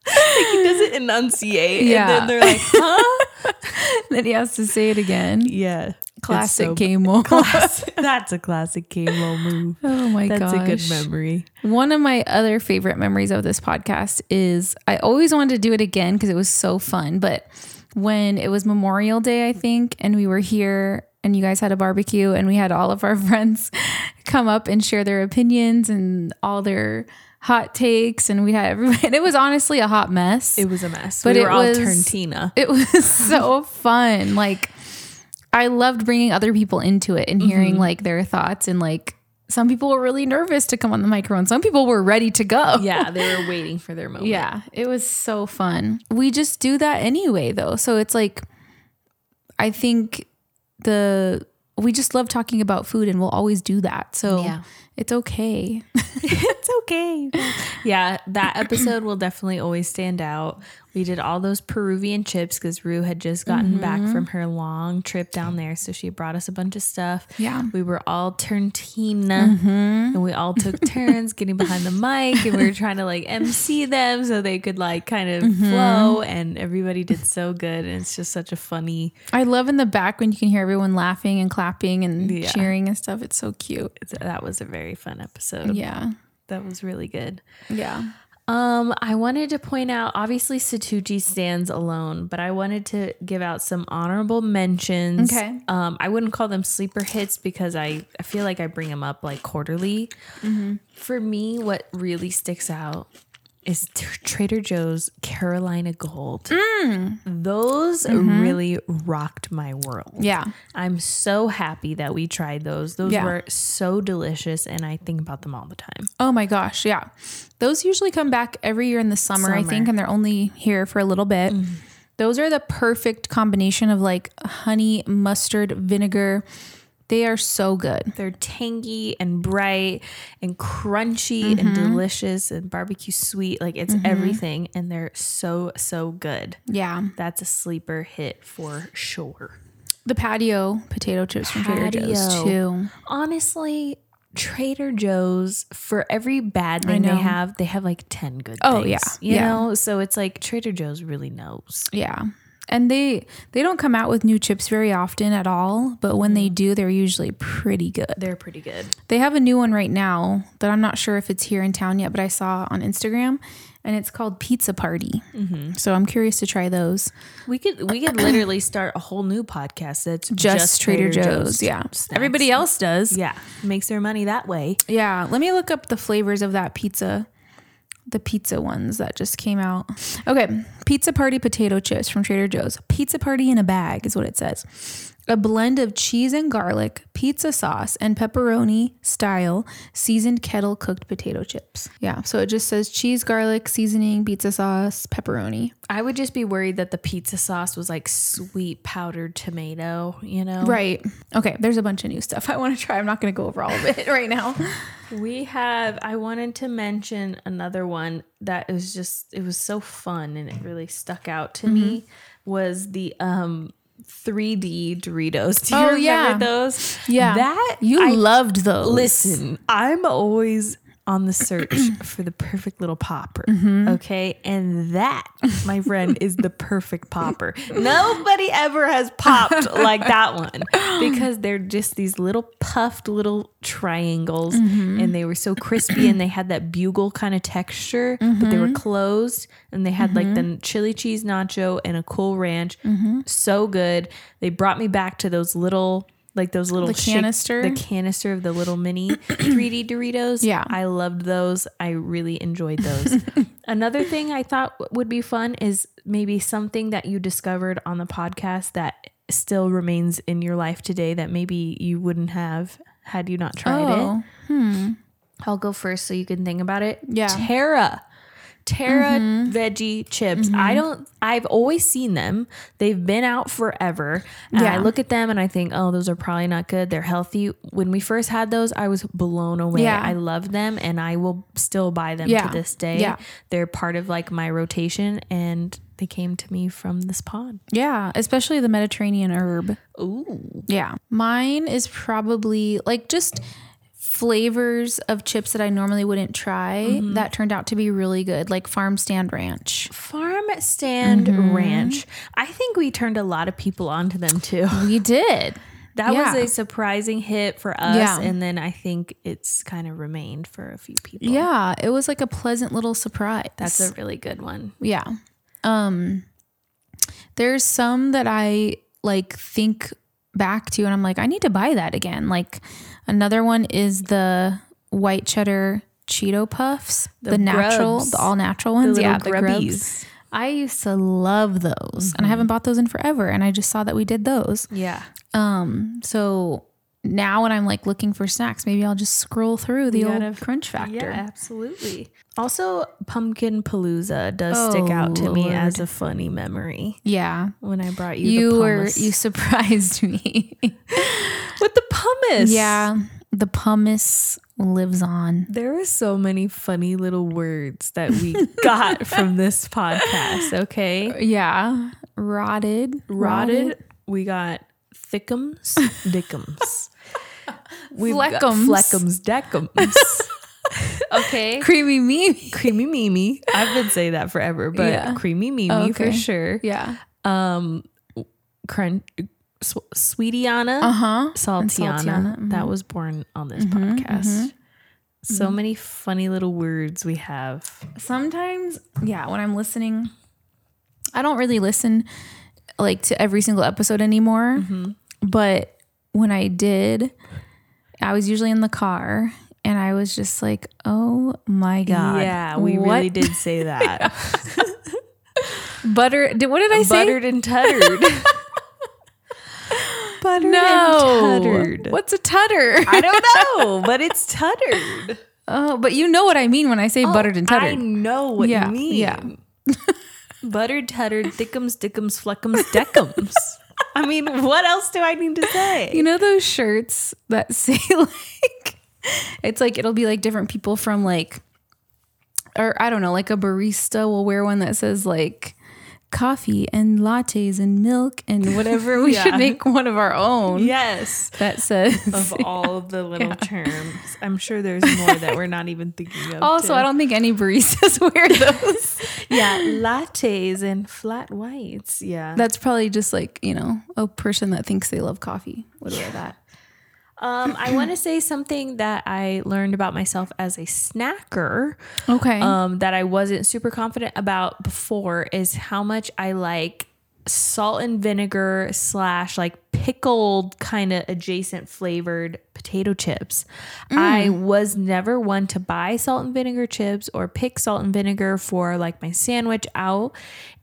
Speaker 1: he doesn't enunciate,
Speaker 2: Yeah.
Speaker 1: and then they're like, huh?
Speaker 2: then he has to say it again.
Speaker 1: Yeah. It's
Speaker 2: Classic
Speaker 1: so-
Speaker 2: Kamo.
Speaker 1: Class- That's a classic Kamo move.
Speaker 2: Oh my
Speaker 1: That's
Speaker 2: gosh.
Speaker 1: a good memory.
Speaker 2: One of my other favorite memories of this podcast is I always wanted to do it again because it was so fun. But when it was Memorial Day, I think, and we were here and you guys had a barbecue and we had all of our friends come up and share their opinions and all their hot takes. And we had everybody, and it was honestly a hot mess.
Speaker 1: It was a mess.
Speaker 2: But
Speaker 1: we
Speaker 2: it
Speaker 1: were all
Speaker 2: was-
Speaker 1: Turntina.
Speaker 2: It was so fun. Like I loved bringing other people into it and
Speaker 1: Mm-hmm.
Speaker 2: hearing like their thoughts and like some people were really nervous to come on the microphone. Some people were ready to go.
Speaker 1: yeah, they were waiting for their moment.
Speaker 2: Yeah, it was so fun. We just do that anyway though. So it's like I think the we just love talking about food and we'll always do that. So
Speaker 1: Yeah.
Speaker 2: it's okay.
Speaker 1: it's okay. Yeah, that episode will definitely always stand out. We did all those Peruvian chips because Rue had just gotten back from her long trip down there. So she brought us a bunch of stuff.
Speaker 2: Yeah.
Speaker 1: We were all turntina and we all took turns getting behind the mic and we were trying to like MC them so they could like kind of flow. And everybody did so good. And it's just such a funny,
Speaker 2: I love in the back when you can hear everyone laughing and clapping and
Speaker 1: Yeah.
Speaker 2: cheering and stuff. It's so cute.
Speaker 1: that was a very fun episode.
Speaker 2: Yeah.
Speaker 1: That was really good.
Speaker 2: Yeah.
Speaker 1: Um, I wanted to point out obviously Satuchi stands alone, but I wanted to give out some honorable mentions.
Speaker 2: Okay.
Speaker 1: Um, I wouldn't call them sleeper hits because I, I feel like I bring them up like quarterly.
Speaker 2: Mm-hmm.
Speaker 1: For me, what really sticks out is Tr- Trader Joe's Carolina Gold.
Speaker 2: Mm.
Speaker 1: Those
Speaker 2: Mm-hmm.
Speaker 1: really rocked my world.
Speaker 2: Yeah.
Speaker 1: I'm so happy that we tried those. Those
Speaker 2: Yeah.
Speaker 1: were so delicious, and I think about them all the time.
Speaker 2: Oh my gosh, yeah. Those usually come back every year in the summer, I
Speaker 1: Summer. Mm-hmm.
Speaker 2: think, and they're only here for a little bit. Those are the perfect combination of like honey, mustard, vinegar. They are so good.
Speaker 1: They're tangy and bright and crunchy and
Speaker 2: Mm-hmm.
Speaker 1: delicious and barbecue sweet. Like it's everything. And they're so, so good.
Speaker 2: Yeah.
Speaker 1: That's a sleeper hit for sure.
Speaker 2: The patio potato chips from Trader Joe's
Speaker 1: Patio.
Speaker 2: too.
Speaker 1: Honestly, Trader Joe's, for every bad thing they
Speaker 2: know.
Speaker 1: have, they have like 10 good
Speaker 2: Oh,
Speaker 1: things.
Speaker 2: yeah.
Speaker 1: You
Speaker 2: Yeah.
Speaker 1: know? So it's like Trader Joe's really knows.
Speaker 2: Yeah. And they they don't come out with new chips very often at all, but when
Speaker 1: Mm.
Speaker 2: they do, they're usually pretty good.
Speaker 1: They're pretty good.
Speaker 2: They have a new one right now that I'm not sure if it's here in town yet, but I saw on Instagram and it's called Pizza Party. So I'm curious to try those.
Speaker 1: We could we could literally start a whole new podcast that's
Speaker 2: Just, Trader, Joe's. Yeah. Everybody else does.
Speaker 1: Yeah. Makes their money that way.
Speaker 2: Yeah. Let me look up the flavors of that pizza, the pizza ones that just came out. Okay. Pizza Party potato chips from Trader Joe's. Pizza Party in a bag is what it says. A blend of cheese and garlic, pizza sauce, and pepperoni style seasoned kettle cooked potato chips. Yeah. So it just says cheese, garlic, seasoning, pizza sauce, pepperoni.
Speaker 1: I would just be worried that the pizza sauce was like sweet powdered tomato, you know?
Speaker 2: Right. Okay. There's a bunch of new stuff I want to try. I'm not going to go over all of it right now.
Speaker 1: We have, I wanted to mention another one that is just, it was so fun and it really stuck out to me
Speaker 2: Mm-hmm.
Speaker 1: was the, um, 3D Doritos. Do you
Speaker 2: Oh,
Speaker 1: remember
Speaker 2: yeah.
Speaker 1: those?
Speaker 2: Yeah.
Speaker 1: That
Speaker 2: You
Speaker 1: I
Speaker 2: loved those.
Speaker 1: Listen, I'm always on the search for the perfect little popper.
Speaker 2: Mm-hmm.
Speaker 1: Okay. And that, my friend, is the perfect popper. Nobody ever has popped like that one because they're just these little puffed little triangles
Speaker 2: Mm-hmm.
Speaker 1: and they were so crispy and they had that bugle kind of texture, but they were
Speaker 2: Mm-hmm.
Speaker 1: closed and they had like the chili cheese nacho and a cool ranch.
Speaker 2: Mm-hmm.
Speaker 1: So good. They brought me back to those little. Like those little
Speaker 2: The
Speaker 1: shake-
Speaker 2: canister?
Speaker 1: the canister of the little mini 3D Doritos.
Speaker 2: Yeah.
Speaker 1: I loved those. I really enjoyed those. Another thing I thought w- would be fun is maybe something that you discovered on the podcast that still remains in your life today that maybe you wouldn't have had you not tried it.
Speaker 2: Oh.
Speaker 1: I'll go first so you can think about it.
Speaker 2: Yeah.
Speaker 1: Terra. Terra veggie chips. I don't I've always seen them. They've been out forever. And I
Speaker 2: Yeah.
Speaker 1: look at them and I think, "Oh, those are probably not good. They're healthy." When we first had those, I was blown away.
Speaker 2: Yeah.
Speaker 1: I love them and I will still buy them
Speaker 2: Yeah.
Speaker 1: to this day.
Speaker 2: Yeah.
Speaker 1: They're part of like my rotation and they came to me from this pod.
Speaker 2: Yeah, especially the Mediterranean herb.
Speaker 1: Ooh.
Speaker 2: Yeah. Mine is probably like just flavors of chips that I normally wouldn't try that turned out to be really good, like farm stand ranch.
Speaker 1: Farm Stand Ranch. I think we turned a lot of people onto them too.
Speaker 2: We did.
Speaker 1: That
Speaker 2: Yeah.
Speaker 1: was a surprising hit for us.
Speaker 2: Yeah.
Speaker 1: And then I think it's kind of remained for a few people.
Speaker 2: Yeah, it was like a pleasant little surprise.
Speaker 1: That's a really good one.
Speaker 2: Yeah. Um there's some that I like think back to and I'm like I need to buy that again. Like another one is the white cheddar Cheeto puffs, the, natural,
Speaker 1: grubs.
Speaker 2: the all natural ones, yeah, the
Speaker 1: little
Speaker 2: grubs.
Speaker 1: grubbies. Mm-hmm.
Speaker 2: I used to love those, and I haven't bought those in forever. And I just saw that we did those.
Speaker 1: Yeah.
Speaker 2: Um, so now when I'm like looking for snacks, maybe I'll just scroll through the old
Speaker 1: gotta-
Speaker 2: Crunch Factor.
Speaker 1: Yeah, absolutely. Also, Pumpkin Palooza does stick out to
Speaker 2: Oh,
Speaker 1: me
Speaker 2: Lord.
Speaker 1: as a funny memory
Speaker 2: yeah.
Speaker 1: when I brought you, the
Speaker 2: You were
Speaker 1: pumice.
Speaker 2: you surprised me.
Speaker 1: with the pumice.
Speaker 2: yeah, the pumice lives on.
Speaker 1: There were so many funny little words that we got from this podcast, okay?
Speaker 2: Yeah, rotted,
Speaker 1: Rotted, we got thickums, dickums. We've
Speaker 2: Fleckums.
Speaker 1: Got fleckums, deckums.
Speaker 2: Okay, creamy me.
Speaker 1: creamy Mimi. I've been saying that forever, but
Speaker 2: Yeah.
Speaker 1: creamy Mimi
Speaker 2: Okay.
Speaker 1: for sure.
Speaker 2: Yeah.
Speaker 1: um crunch sw- sweetiana
Speaker 2: Uh huh.
Speaker 1: Uh-huh. saltiana, mm-hmm.
Speaker 2: Saltiana,
Speaker 1: that was born on this podcast so many funny little words we have
Speaker 2: sometimes yeah when i'm listening i don't really listen like to every single episode anymore
Speaker 1: Mm-hmm.
Speaker 2: but when i did i was usually in the car and i was just like oh my god
Speaker 1: yeah we
Speaker 2: what
Speaker 1: really did say that
Speaker 2: butter did, what did i say
Speaker 1: buttered and tuttered buttered
Speaker 2: no
Speaker 1: and tuttered
Speaker 2: what's a tutter
Speaker 1: i don't know but it's tuttered
Speaker 2: oh but you know what i mean when i say buttered and
Speaker 1: Oh, i
Speaker 2: tuttered
Speaker 1: know what
Speaker 2: Yeah,
Speaker 1: you mean
Speaker 2: yeah.
Speaker 1: buttered tuttered thickums dickums fleckums deckums i mean what else do i need to say
Speaker 2: You know those shirts that say like it's like it'll be like different people from like or I don't know, like a barista will wear one that says like coffee and lattes and milk and whatever. We should
Speaker 1: Yeah.
Speaker 2: make one of our own
Speaker 1: Yes.
Speaker 2: that says
Speaker 1: Of all of the little terms. I'm sure there's more that we're not even thinking of.
Speaker 2: also I don't think any baristas wear those.
Speaker 1: yeah, lattes and flat whites. Yeah.
Speaker 2: That's probably just like, you know, a person that thinks they love coffee would wear that.
Speaker 1: Um, I want to say something that I learned about myself as a snacker
Speaker 2: Okay.
Speaker 1: um, that I wasn't super confident about before is how much I like salt and vinegar slash like pickled kind of adjacent flavored potato chips. I was never one to buy salt and vinegar chips or pick salt and vinegar for like my sandwich out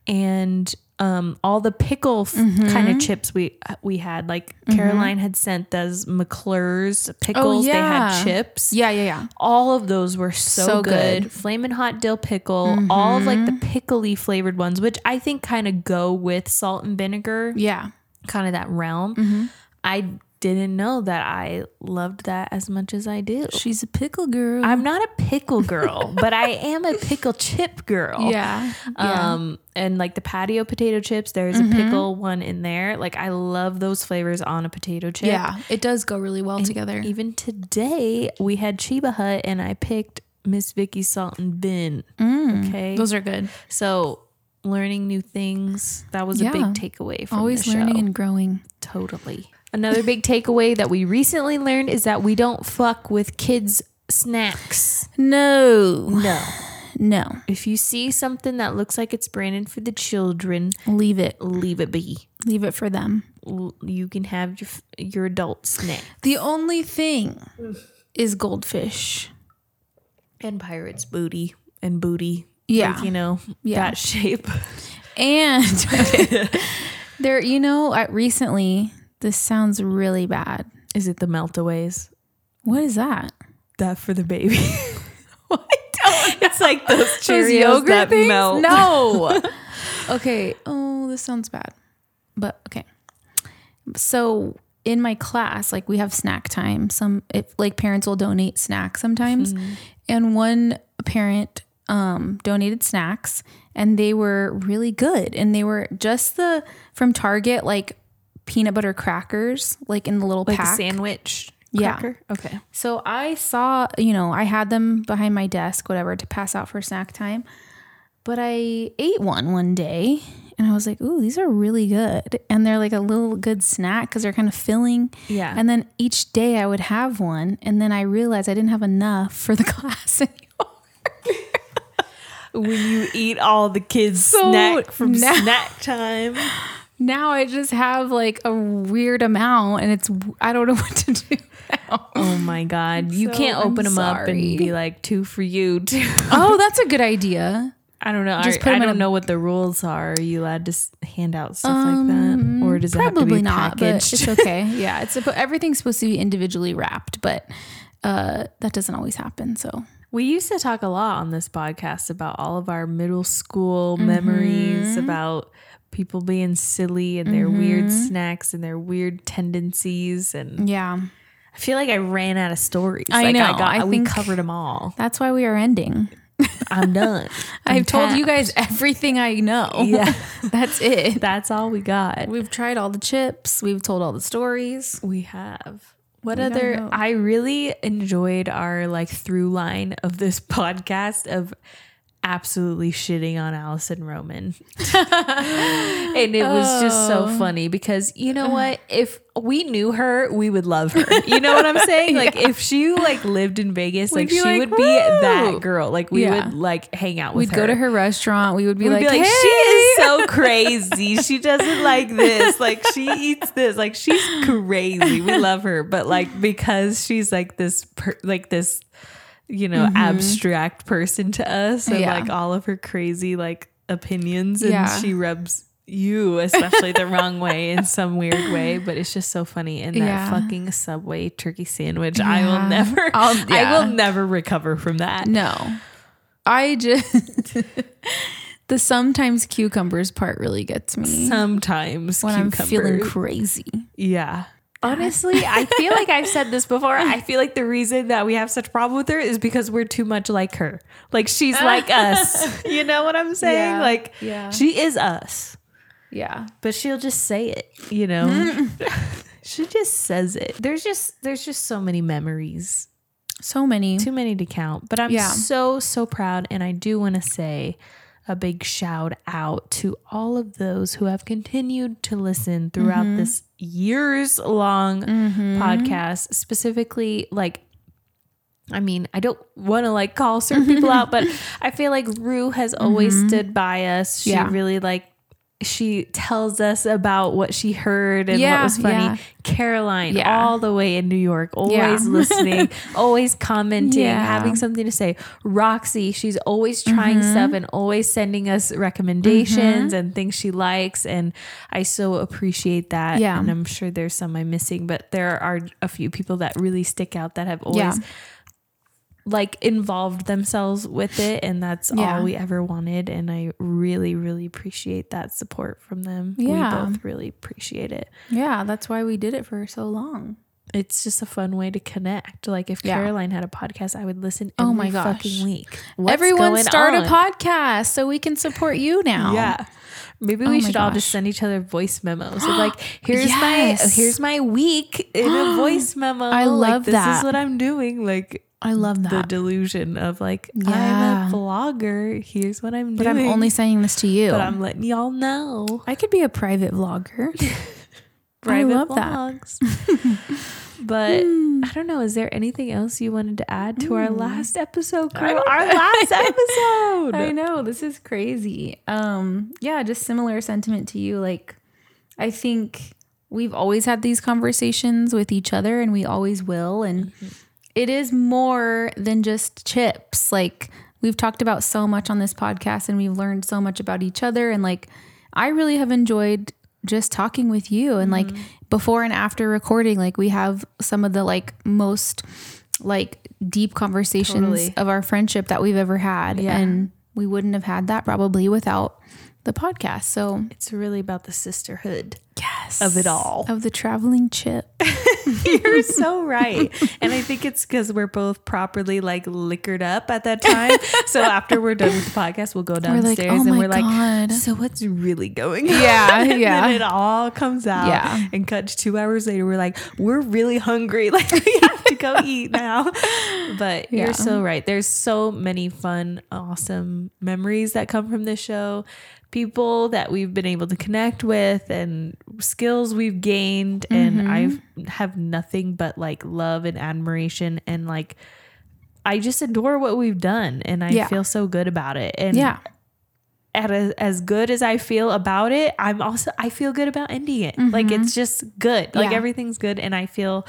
Speaker 1: and um, all the pickle f- kind of chips we we had like Caroline had sent those McClure's pickles
Speaker 2: yeah.
Speaker 1: they had chips
Speaker 2: yeah, yeah, yeah.
Speaker 1: all of those were so,
Speaker 2: So
Speaker 1: good.
Speaker 2: good. Mm-hmm.
Speaker 1: Flamin' hot dill pickle, all of like the pickly flavored ones, which I think kind of go with salt and vinegar,
Speaker 2: Yeah.
Speaker 1: kind of that realm.
Speaker 2: Mm-hmm.
Speaker 1: I didn't know that I loved that as much as I do.
Speaker 2: She's a pickle girl.
Speaker 1: I'm not a pickle girl, but I am a pickle chip girl.
Speaker 2: yeah. yeah. Mm-hmm.
Speaker 1: Um, and like the patio potato chips, there's a pickle one in there. Like I love those flavors on a potato chip.
Speaker 2: Yeah, it does go really well together.
Speaker 1: Even today, we had Chiba Hut, and I picked Miss Vicky Salt and Bin. Okay,
Speaker 2: Mm. Those are good.
Speaker 1: so learning new things that was a big
Speaker 2: Yeah.
Speaker 1: takeaway. From
Speaker 2: Always
Speaker 1: the
Speaker 2: learning
Speaker 1: show.
Speaker 2: and growing.
Speaker 1: totally. Another big takeaway that we recently learned is that we don't fuck with kids' snacks.
Speaker 2: No,
Speaker 1: No,
Speaker 2: no,
Speaker 1: if you see something that looks like it's branded for the children,
Speaker 2: leave it.
Speaker 1: leave it be.
Speaker 2: Leave it for them.
Speaker 1: L- You can have your f- your adult snack
Speaker 2: The only thing is goldfish.
Speaker 1: and pirates booty and booty.
Speaker 2: Yeah.
Speaker 1: Like, you know
Speaker 2: Yeah.
Speaker 1: that shape.
Speaker 2: And there, you know, I, recently, this sounds really bad.
Speaker 1: Is it the meltaways?
Speaker 2: What is that?
Speaker 1: That for the baby. It's like those
Speaker 2: Those
Speaker 1: Cheerios that
Speaker 2: things?
Speaker 1: melt.
Speaker 2: No. okay. Oh, this sounds bad. But okay. So in my class, like we have snack time. Some if like parents will donate snacks sometimes, and one parent um donated snacks, and they were really good, and they were just the from Target like peanut butter crackers, like in the little
Speaker 1: like a
Speaker 2: pack.
Speaker 1: sandwich
Speaker 2: Yeah.
Speaker 1: cracker? Okay.
Speaker 2: So I saw, you know, I had them behind my desk, whatever, to pass out for snack time. But I ate one one day and I was like, ooh, these are really good. And they're like a little good snack because they're kind of filling.
Speaker 1: Yeah.
Speaker 2: And then each day I would have one. And then I realized I didn't have enough for the class anymore.
Speaker 1: when you eat all the kids'
Speaker 2: So
Speaker 1: snack from
Speaker 2: now-
Speaker 1: snack time.
Speaker 2: Now I just have like a weird amount and it's, I don't know what to do now.
Speaker 1: Oh my god, you
Speaker 2: So
Speaker 1: can't open
Speaker 2: I'm
Speaker 1: them up
Speaker 2: sorry.
Speaker 1: and be like two for you. Two.
Speaker 2: oh, that's a good idea.
Speaker 1: I don't know.
Speaker 2: Just
Speaker 1: I,
Speaker 2: put 'em
Speaker 1: I
Speaker 2: in
Speaker 1: don't
Speaker 2: a-
Speaker 1: know what the rules are. Are you allowed to s- hand out stuff like that, or does it have to
Speaker 2: Um, Probably
Speaker 1: be
Speaker 2: not,
Speaker 1: packaged?
Speaker 2: but it's okay. Yeah, it's suppo- everything's supposed to be individually wrapped, but uh, that doesn't always happen. So
Speaker 1: We used to talk a lot on this podcast about all of our middle school
Speaker 2: Mm-hmm.
Speaker 1: memories about people being silly and their weird
Speaker 2: Mm-hmm.
Speaker 1: snacks and their weird tendencies and
Speaker 2: yeah,
Speaker 1: I feel like I ran out of stories.
Speaker 2: I
Speaker 1: like
Speaker 2: know.
Speaker 1: I got
Speaker 2: I
Speaker 1: we
Speaker 2: think-
Speaker 1: covered them all.
Speaker 2: that's why we are ending.
Speaker 1: I'm done.
Speaker 2: i
Speaker 1: I'm
Speaker 2: have told you
Speaker 1: tapped.
Speaker 2: guys everything I know.
Speaker 1: Yeah.
Speaker 2: that's it.
Speaker 1: That's all we got.
Speaker 2: We've tried all the chips. We've told all the stories.
Speaker 1: We have. What
Speaker 2: We don't
Speaker 1: other?
Speaker 2: know.
Speaker 1: I really enjoyed our like through line of this podcast of absolutely shitting on Allison Roman. and it was just so
Speaker 2: Oh.
Speaker 1: funny because you know what? If we knew her, we would love her. You know what I'm saying? Like if she like lived in Vegas, like
Speaker 2: be
Speaker 1: she
Speaker 2: like,
Speaker 1: would be that
Speaker 2: "Woo!"
Speaker 1: girl. Like we
Speaker 2: Yeah.
Speaker 1: would like hang out with
Speaker 2: We'd go to her restaurant. We would be, like,
Speaker 1: be like,
Speaker 2: "Hey!"
Speaker 1: she is so crazy. She doesn't like this. Like she eats this. Like she's crazy. We love her, but like because she's like this, per, like this, you know, abstract person to us, and
Speaker 2: Mm-hmm. Yeah.
Speaker 1: like all of her crazy like opinions, and
Speaker 2: Yeah.
Speaker 1: she rubs you especially the wrong way in some weird way but it's just so funny and that
Speaker 2: Yeah.
Speaker 1: fucking subway turkey sandwich i will
Speaker 2: Yeah.
Speaker 1: never
Speaker 2: I'll-
Speaker 1: i
Speaker 2: yeah.
Speaker 1: will never recover from that
Speaker 2: No, I just the sometimes cucumbers part really gets me
Speaker 1: sometimes
Speaker 2: when I'm feeling
Speaker 1: cucumbers.
Speaker 2: crazy.
Speaker 1: Yeah. Honestly, I feel like I've said this before. I feel like the reason that we have such a problem with her is because we're too much like her. Like she's like us. You know what I'm saying?
Speaker 2: Yeah.
Speaker 1: Like
Speaker 2: Yeah.
Speaker 1: she is us,
Speaker 2: Yeah.
Speaker 1: but she'll just say it, you know? she just says it. There's just there's just so many memories.
Speaker 2: So many.
Speaker 1: Too many to count. But I'm
Speaker 2: Yeah.
Speaker 1: so so proud and I do want to say a big shout out to all of those who have continued to listen throughout
Speaker 2: Mm-hmm.
Speaker 1: this years long podcast specifically like I mean, I don't want to like call certain people out, but I feel like Rue has always stood by us. She
Speaker 2: Mm-hmm. Yeah.
Speaker 1: really like she tells us about what she heard and what
Speaker 2: Yeah,
Speaker 1: was funny.
Speaker 2: yeah.
Speaker 1: Caroline,
Speaker 2: Yeah.
Speaker 1: all the way in New York, always
Speaker 2: Yeah.
Speaker 1: listening, always commenting,
Speaker 2: Yeah.
Speaker 1: having something to say. Roxy, she's always trying
Speaker 2: Mm-hmm.
Speaker 1: stuff and always sending us recommendations and things she likes. And I so appreciate that.
Speaker 2: Yeah.
Speaker 1: And I'm sure there's some I'm missing, but there are a few people that really stick out that have always
Speaker 2: Yeah.
Speaker 1: like involved themselves with it. And that's
Speaker 2: Yeah.
Speaker 1: all we ever wanted. And I really, really appreciate that support from them.
Speaker 2: Yeah.
Speaker 1: We both really appreciate it.
Speaker 2: Yeah, that's why we did it for so long.
Speaker 1: it's just a fun way to connect. Like if
Speaker 2: Yeah.
Speaker 1: Caroline had a podcast, I would listen
Speaker 2: Oh
Speaker 1: every
Speaker 2: my gosh.
Speaker 1: fucking week. What's
Speaker 2: Everyone
Speaker 1: going
Speaker 2: start
Speaker 1: on?
Speaker 2: a podcast so we can support you now.
Speaker 1: Yeah. Maybe we
Speaker 2: Oh my
Speaker 1: should all just
Speaker 2: gosh.
Speaker 1: send each other voice memos. Of like, here's
Speaker 2: Yes.
Speaker 1: my here's my week in a voice memo.
Speaker 2: I
Speaker 1: like,
Speaker 2: love
Speaker 1: this This
Speaker 2: that.
Speaker 1: is what I'm doing. Like
Speaker 2: I love
Speaker 1: the
Speaker 2: that.
Speaker 1: delusion of like
Speaker 2: Yeah.
Speaker 1: I'm a vlogger. Here's what I'm
Speaker 2: but
Speaker 1: doing.
Speaker 2: I'm only sending this to you.
Speaker 1: but I'm letting y'all know.
Speaker 2: I could be a private vlogger.
Speaker 1: Private
Speaker 2: love that. Hmm.
Speaker 1: vlogs. but I don't know. Is there anything else you wanted to add to our last episode, crew? Our last episode.
Speaker 2: I know this is crazy. Um, yeah, just similar sentiment to you. Like, I think we've always had these conversations with each other, and we always will. And it is more than just chips. Like, we've talked about so much on this podcast, and we've learned so much about each other. And like, I really have enjoyed just talking with you, and like before and after recording, like we have some of the like most like deep conversations
Speaker 1: Totally.
Speaker 2: of our friendship that we've ever had.
Speaker 1: Yeah.
Speaker 2: And we wouldn't have had that probably without the podcast. So,
Speaker 1: It's really about the sisterhood
Speaker 2: yes.
Speaker 1: of it all.
Speaker 2: Of the traveling chip.
Speaker 1: You're so right. And I think it's because we're both properly like liquored up at that time. so after we're done with the podcast, we'll go
Speaker 2: We're
Speaker 1: downstairs
Speaker 2: like, oh
Speaker 1: and
Speaker 2: my
Speaker 1: we're like,
Speaker 2: God.
Speaker 1: so what's really going on?
Speaker 2: Yeah,
Speaker 1: and
Speaker 2: yeah.
Speaker 1: Then it all comes out.
Speaker 2: Yeah.
Speaker 1: And cut to two hours later, we're like, we're really hungry. Like we have to go eat now. But
Speaker 2: Yeah.
Speaker 1: you're so right. There's so many fun, awesome memories that come from this show. People that we've been able to connect with and skills we've gained. And
Speaker 2: Mm-hmm.
Speaker 1: I have nothing but like love and admiration and like I just adore what we've done and I
Speaker 2: Yeah.
Speaker 1: feel so good about it. And
Speaker 2: Yeah.
Speaker 1: at a, as good as I feel about it, I'm also I feel good about ending it. Like it's just good. Like
Speaker 2: Mm-hmm. Yeah.
Speaker 1: everything's good and I feel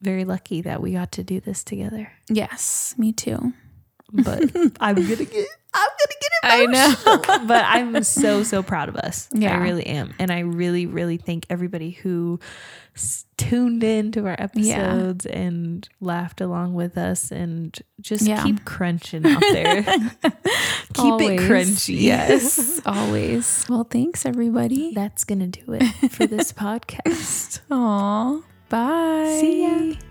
Speaker 1: very lucky that we got to do this together.
Speaker 2: Yes, me too.
Speaker 1: But I'm gonna get I'm
Speaker 2: I know.
Speaker 1: gonna but I'm so so proud of us.
Speaker 2: Yeah.
Speaker 1: I really am. And I really really thank everybody who s- tuned in to our episodes and laughed along with us and just
Speaker 2: Yeah.
Speaker 1: keep crunching out there. keep
Speaker 2: Always.
Speaker 1: it crunchy.
Speaker 2: Yes, always. Well, thanks everybody.
Speaker 1: That's going to do it for this podcast.
Speaker 2: Aw. Bye.
Speaker 1: See ya.